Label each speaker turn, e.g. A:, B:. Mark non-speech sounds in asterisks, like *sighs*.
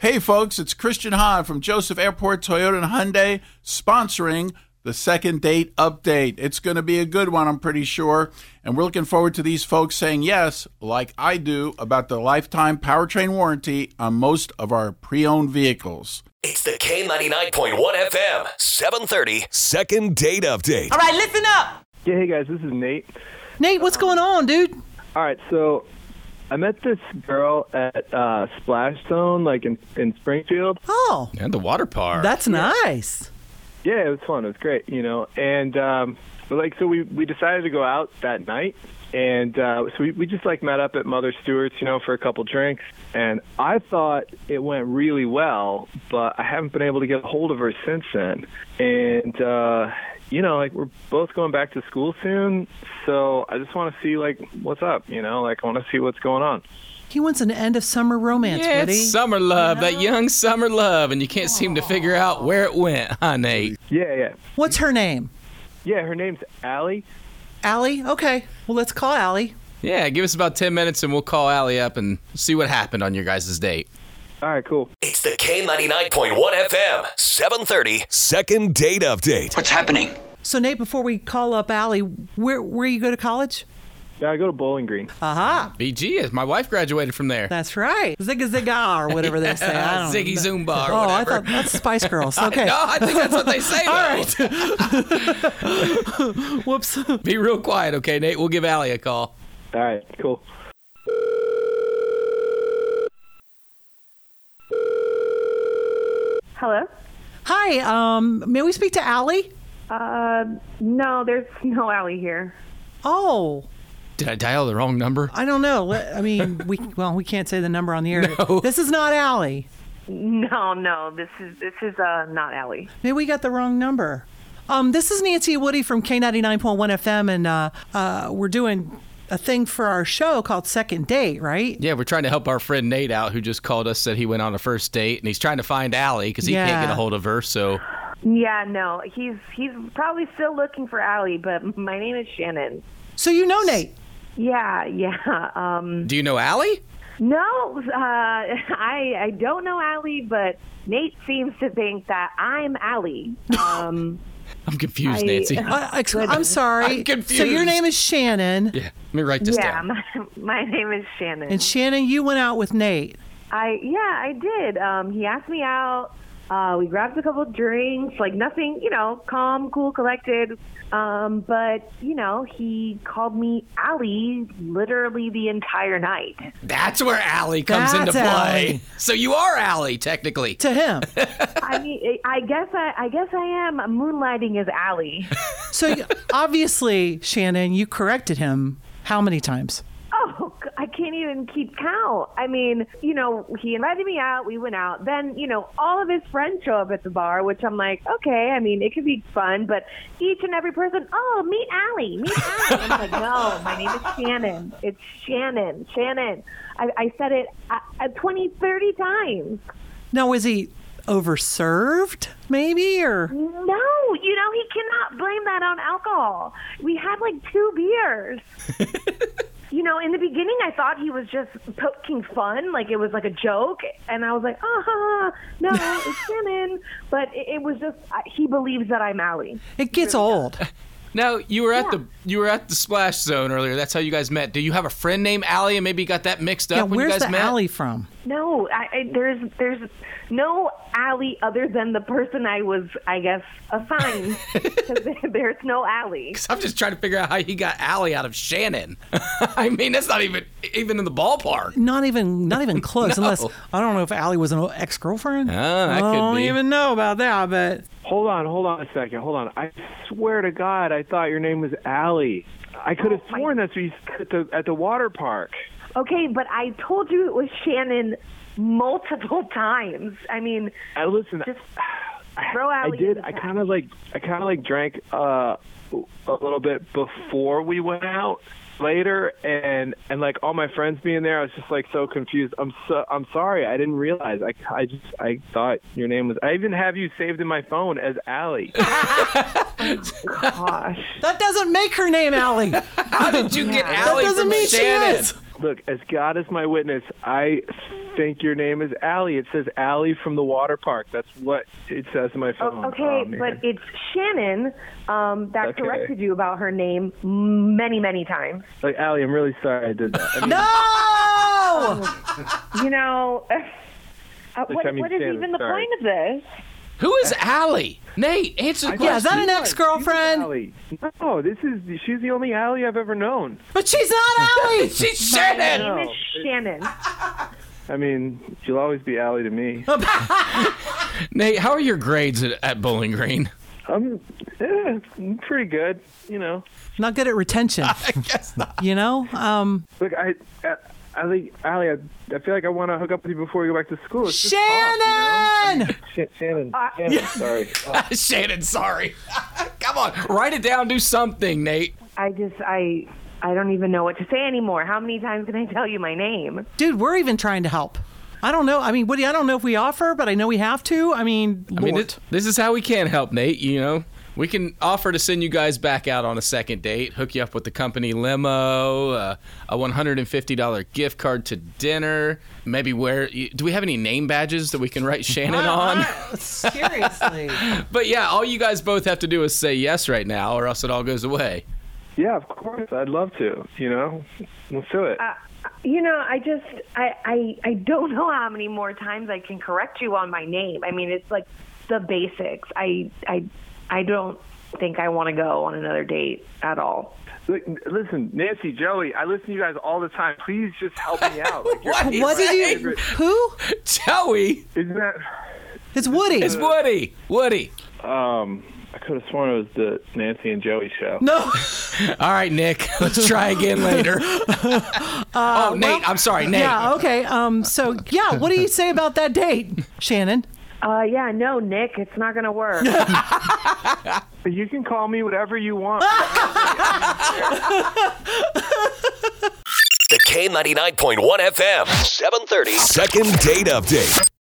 A: Hey, folks, it's Christian Hahn from Joseph Airport Toyota and Hyundai sponsoring the second date update. It's going to be a good one, I'm pretty sure. And we're looking forward to these folks saying yes, like I do, about the lifetime powertrain warranty on most of our pre owned vehicles.
B: It's the K99.1 FM, 730.
C: Second date update.
D: All right, listen up.
E: Yeah, hey guys, this is Nate.
D: Nate, what's going on, dude?
E: All right, so I met this girl at uh, Splash Zone, like in in Springfield.
D: Oh,
F: And the water park.
D: that's nice.
E: Yeah, it was fun. It was great, you know. And um, but like, so we we decided to go out that night, and uh, so we, we just like met up at Mother Stewart's, you know, for a couple drinks. And I thought it went really well, but I haven't been able to get a hold of her since then. And uh, you know, like we're both going back to school soon, so I just want to see like what's up, you know, like I want to see what's going on.
D: He wants an end of summer romance,
F: yeah,
D: Woody.
F: it's summer love, that young summer love, and you can't seem to figure out where it went, huh, Nate?
E: Yeah, yeah.
D: What's her name?
E: Yeah, her name's Allie.
D: Allie? Okay. Well, let's call Allie.
F: Yeah, give us about 10 minutes and we'll call Allie up and see what happened on your guys' date.
E: All right, cool.
B: It's the K99.1 FM, 730.
C: Second date update.
G: What's happening?
D: So, Nate, before we call up Allie, where where you go to college?
E: Yeah, I go to Bowling Green.
D: Aha.
F: BG is my wife graduated from there.
D: That's right. Zigga zigga or whatever they say. I don't
F: Ziggy
D: know.
F: Zumba or
D: Oh, I
F: whatever.
D: thought that's Spice Girls. Okay.
F: No, *laughs* I think that's what they
D: *laughs*
F: say. All right.
D: Whoops.
F: Be real quiet, okay, Nate? We'll give Allie a call.
E: All right, cool.
H: Hello?
D: Hi. Um, may we speak to Allie?
H: Uh, no, there's *laughs* no alley here.
D: Oh,
F: Did I dial the wrong number?
D: I don't know. Let- I mean, we well, we can't say the number on the air.
F: *laughs* No.
D: This is not Allie.
H: No, no, this is this is uh not alley.
D: Maybe we got the wrong number. Um, this is Nancy Woody from K99.1 FM, and uh, uh, we're doing a thing for our show called Second Date, right?
F: Yeah, we're trying to help our friend Nate out, who just called us, said he went on a first date, and he's trying to find Allie because he can't
D: Yeah.
F: get a hold of her. So,
H: Yeah, no, he's he's probably still looking for alley, but *laughs* my name is Shannon.
D: So you know
F: *laughs*
D: Nate.
H: Yeah, yeah. *laughs* Um,
F: do you know Allie?
H: no, uh, *laughs* I I don't know alley, but Nate seems to think that I'm alley. Um,
F: I'm confused,
H: I-
F: Nancy.
D: Uh, ex- I'm sorry.
F: I'm confused.
D: So your name is Shannon,
F: Yeah, let me write this
H: yeah,
F: down.
H: my, *laughs* my name is Shannon.
D: and Shannon, you went out with Nate.
H: I yeah, I did. Um, he asked me out. Uh, we grabbed a couple drinks, like nothing, you know, calm, cool, collected. Um, but you know, he called me Allie literally the entire night.
F: That's where Allie comes
D: That's
F: into play.
D: Allie.
F: So you are Allie, technically.
D: To
F: *laughs*
D: him.
H: I mean, I guess I, I guess I am moonlighting as Allie.
D: So you- obviously, Shannon, you corrected him how many times?
H: Oh, g- I can't even keep count. I mean, you know, he invited me out. We went out. Then, you know, all of his friends show up at the bar, which I'm like, okay, I mean, it could be fun, but each and every person, oh, meet Allie, meet Allie. I'm like, no, my name is Shannon. It's Shannon, Shannon. I, I said it uh, uh, 20, 30 times.
D: Now, is he overserved, maybe? Or
H: No, you know, he cannot blame that on alcohol. We had like two beers. you know, in the beginning, I thought he was just poking fun, like it was like a joke. And I was like, ah, ha, ha, no, it's Shannon. But it, it was just, I, he believes that I'm Allie.
D: it gets old.
F: Now you were at
H: Yeah.
F: the you were at the splash zone earlier. That's how you guys met. Do you have a friend named Allie, and maybe you got that mixed up
D: Yeah,
F: when you
D: where's
F: guys
D: the
F: met?
D: alley from?
H: No, I, I, there's there's no Allie other than the person I was, I guess, assigned. 'Cause there's no Allie.
F: I'm just trying to figure out how he got Allie out of *laughs* Shannon. I mean, that's not even even in the ballpark.
D: Not even, not
F: *laughs*
D: even close. Unless I don't know if Allie was an ex girlfriend.
F: Ah, that
D: I
F: could
D: don't
F: be.
D: even know about that, but
E: Hold on, hold on a second. Hold on. I swear to God, I thought your name was Allie. I could
H: Oh
E: have sworn that's what you said at the, at the water park.
H: Okay, but I told you it was Shannon multiple *laughs* times. I mean,
E: I listen.
H: Just
E: *sighs* I-
H: throw
E: I
H: Allie
E: did.
H: in the
E: I
H: back.
E: kind of like. I kind of like drank uh, a little bit before we went out later, and and like all my friends being there, I was just like so confused. I'm so. I'm sorry. I didn't realize. I. I just. I thought your name was. I even have you saved in my phone as Allie.
H: gosh.
D: that doesn't make her name
F: *laughs*
D: Allie.
F: How did you get Allie
D: doesn't
F: from
D: mean she
F: Shannon?
D: is.
E: Look, as God is my witness, I think your name is Allie. It says Allie from the water park. That's what it says in my phone.
H: okay,
E: Oh, man.
H: but it's Shannon um, that
E: Okay.
H: corrected you about her name many, many times.
E: like Allie, I'm really sorry I did that. I mean,
D: No!
H: You know, *laughs* uh, what,
E: I mean
H: what is
E: Shannon,
H: even the
E: sorry.
H: point of this?
F: Who is Allie? Nate, answer
D: *laughs*
F: the
D: Yeah, is
F: question.
D: that an ex girlfriend?
E: Allie. No, this is she's the only Allie I've ever known.
D: But she's not Allie!
F: She's
H: My
F: Shannon.
H: name is Shannon.
E: I mean, she'll always be Allie
D: *laughs*
E: to me.
F: Nate, how are your grades at, at Bowling Green?
E: I'm, eh, I'm pretty good, you know.
D: Not good at
F: *laughs*
D: retention. I guess not. You know? Um,
E: Look, I, I, I think Allie, I, I feel like I want to hook up with you before we go back to school. It's just off,
D: Shannon!
E: you know? Sh- Shannon,
H: Uh,
E: Shannon,
H: *laughs*
E: sorry.
F: *laughs* Shannon, sorry. *laughs* Come on, write it down. Do something, Nate.
H: I just, I, I don't even know what to say anymore. How many times can I tell you my name?
D: Dude, we're even trying to help. I don't know. I mean, Woody, I don't know if we offer, but I know we have to. I mean,
F: I mean,
D: Lord.
F: this, this is how we can help, Nate. You know, we can offer to send you guys back out on a second date, hook you up with the company limo, uh, a one hundred and fifty dollar gift card to dinner. Maybe wear. Do we have any name badges that we can
D: *laughs*
F: write Shannon on?
D: Seriously.
F: But yeah, all you guys both have to do is say yes right now, or else it all goes away.
E: Yeah, of course. I'd love to, you know. Let's do it.
H: You know, I just, I, I, I don't know how many more times I can correct you on my name. I mean, it's like the basics. I, I, I don't think I want to go on another date at all.
E: Look, listen, Nancy, Joey, I listen to you guys all the time. Please just help me out. Like,
F: *laughs*
E: you're-
F: What?
D: What did you?
E: Favorite.
D: Who?
F: Joey,
E: Isn't that?
D: It's Woody.
F: it's Woody. Woody.
E: Um, I could have sworn it was the Nancy and Joey show.
D: no.
F: All right, Nick. *laughs* Let's try
D: *laughs*
F: again later. oh, Nate. I'm sorry, Nate.
D: Uh, Yeah, okay. Um, so, yeah, what do you say about that date, Shannon?
H: Uh, yeah, no, Nick, it's not gonna work.
E: But you can call me whatever you want.
B: The K99.1 FM, 730.
C: Second date update.